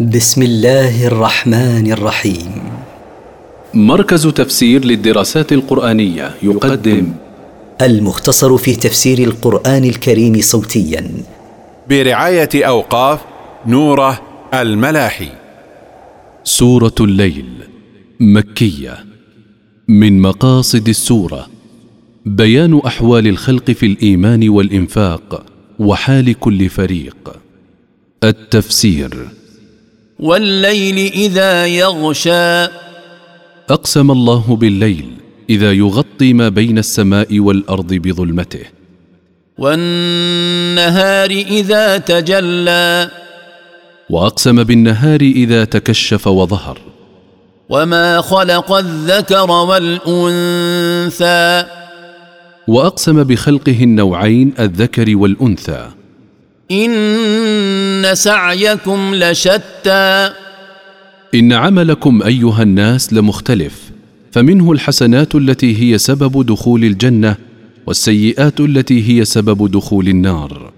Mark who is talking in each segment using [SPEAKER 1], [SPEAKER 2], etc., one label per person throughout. [SPEAKER 1] بسم الله الرحمن الرحيم
[SPEAKER 2] مركز تفسير للدراسات القرآنية يقدم
[SPEAKER 1] المختصر في تفسير القرآن الكريم صوتيا
[SPEAKER 3] برعاية أوقاف نوره الملاحي
[SPEAKER 2] سورة الليل مكية من مقاصد السورة بيان أحوال الخلق في الإيمان والإنفاق وحال كل فريق التفسير
[SPEAKER 4] والليل إذا يغشى
[SPEAKER 2] أقسم الله بالليل إذا يغطي ما بين السماء والأرض بظلمته
[SPEAKER 4] والنهار إذا تجلى
[SPEAKER 2] وأقسم بالنهار إذا تكشف وظهر
[SPEAKER 4] وما خلق الذكر والأنثى
[SPEAKER 2] وأقسم بخلقه النوعين الذكر والأنثى
[SPEAKER 4] إن سعيكم لشتى
[SPEAKER 2] إن عملكم أيها الناس لمختلف فمنه الحسنات التي هي سبب دخول الجنة والسيئات التي هي سبب دخول النار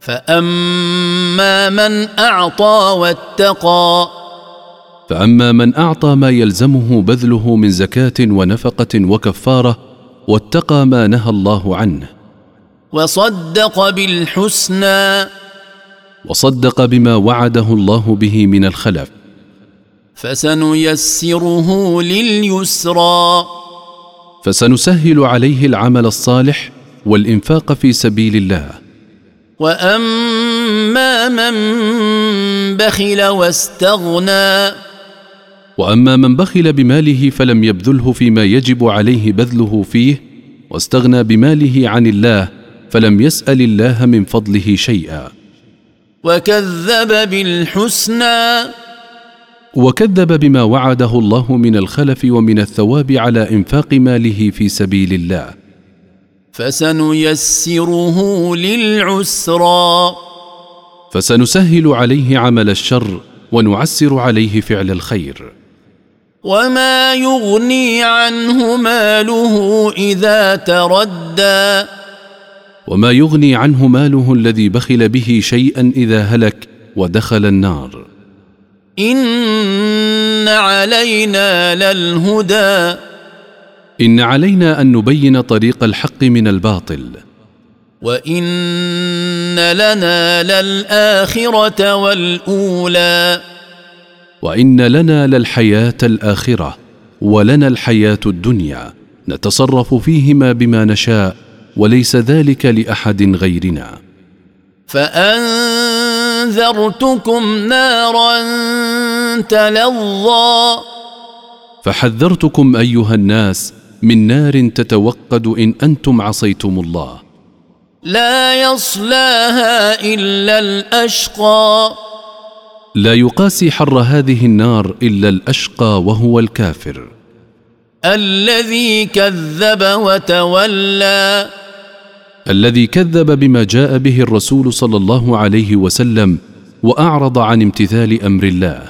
[SPEAKER 4] فأما من أعطى واتقى
[SPEAKER 2] فأما من أعطى ما يلزمه بذله من زكاة ونفقة وكفارة واتقى ما نهى الله عنه
[SPEAKER 4] وصدق بالحسنى
[SPEAKER 2] وصدق بما وعده الله به من الخلف
[SPEAKER 4] فسنيسره لليسرى
[SPEAKER 2] فسنسهل عليه العمل الصالح والإنفاق في سبيل الله
[SPEAKER 4] واما من بخل واستغنى
[SPEAKER 2] وأما من بخل بماله فلم يبذله فيما يجب عليه بذله فيه واستغنى بماله عن الله فلم يسأل الله من فضله شيئا
[SPEAKER 4] وكذب بالحسنى
[SPEAKER 2] وكذب بما وعده الله من الخلف ومن الثواب على إنفاق ماله في سبيل الله
[SPEAKER 4] فسنيسره للعسرى
[SPEAKER 2] فسنسهل عليه عمل الشر ونعسر عليه فعل الخير
[SPEAKER 4] وما يغني عنه ماله اذا تردى
[SPEAKER 2] وما يغني عنه ماله الذي بخل به شيئا إذا هلك ودخل النار
[SPEAKER 4] ان علينا للهدى
[SPEAKER 2] إن علينا أن نبين طريق الحق من الباطل
[SPEAKER 4] وان لنا للاخره والاولى
[SPEAKER 2] وإن لنا للحياة الآخرة ولنا الحياة الدنيا نتصرف فيهما بما نشاء وليس ذلك لأحد غيرنا
[SPEAKER 4] فانذرتكم نارا تلظى
[SPEAKER 2] فحذرتكم أيها الناس من نار تتوقد إن أنتم عصيتم الله
[SPEAKER 4] لا يصلاها الا الاشقى
[SPEAKER 2] لا يقاسي حر هذه النار إلا الأشقى وهو الكافر
[SPEAKER 4] الذي كذب وتولى
[SPEAKER 2] الذي كذب بما جاء به الرسول صلى الله عليه وسلم وأعرض عن امتثال أمر الله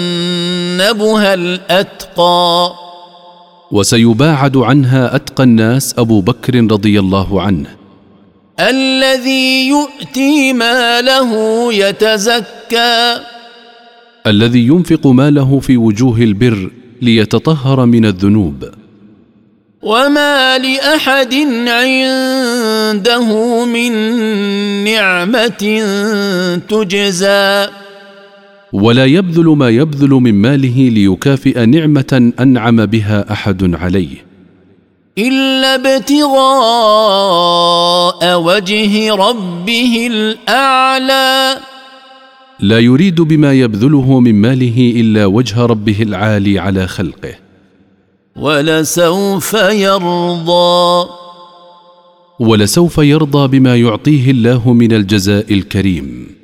[SPEAKER 4] وسيجنبها الاتقى
[SPEAKER 2] وسيباعد عنها أتقى الناس أبو بكر رضي الله عنه
[SPEAKER 4] الذي يؤتي ماله يتزكى
[SPEAKER 2] الذي ينفق ماله في وجوه البر ليتطهر من الذنوب
[SPEAKER 4] وما لاحد عنده من نعمه تجزى
[SPEAKER 2] ولا يبذل ما يبذل من ماله ليكافئ نعمة أنعم بها أحد عليه
[SPEAKER 4] الا ابتغاء وجه ربه الاعلى
[SPEAKER 2] لا يريد بما يبذله من ماله إلا وجه ربه العالي على خلقه
[SPEAKER 4] ولسوف يرضى
[SPEAKER 2] ولسوف يرضى بما يعطيه الله من الجزاء الكريم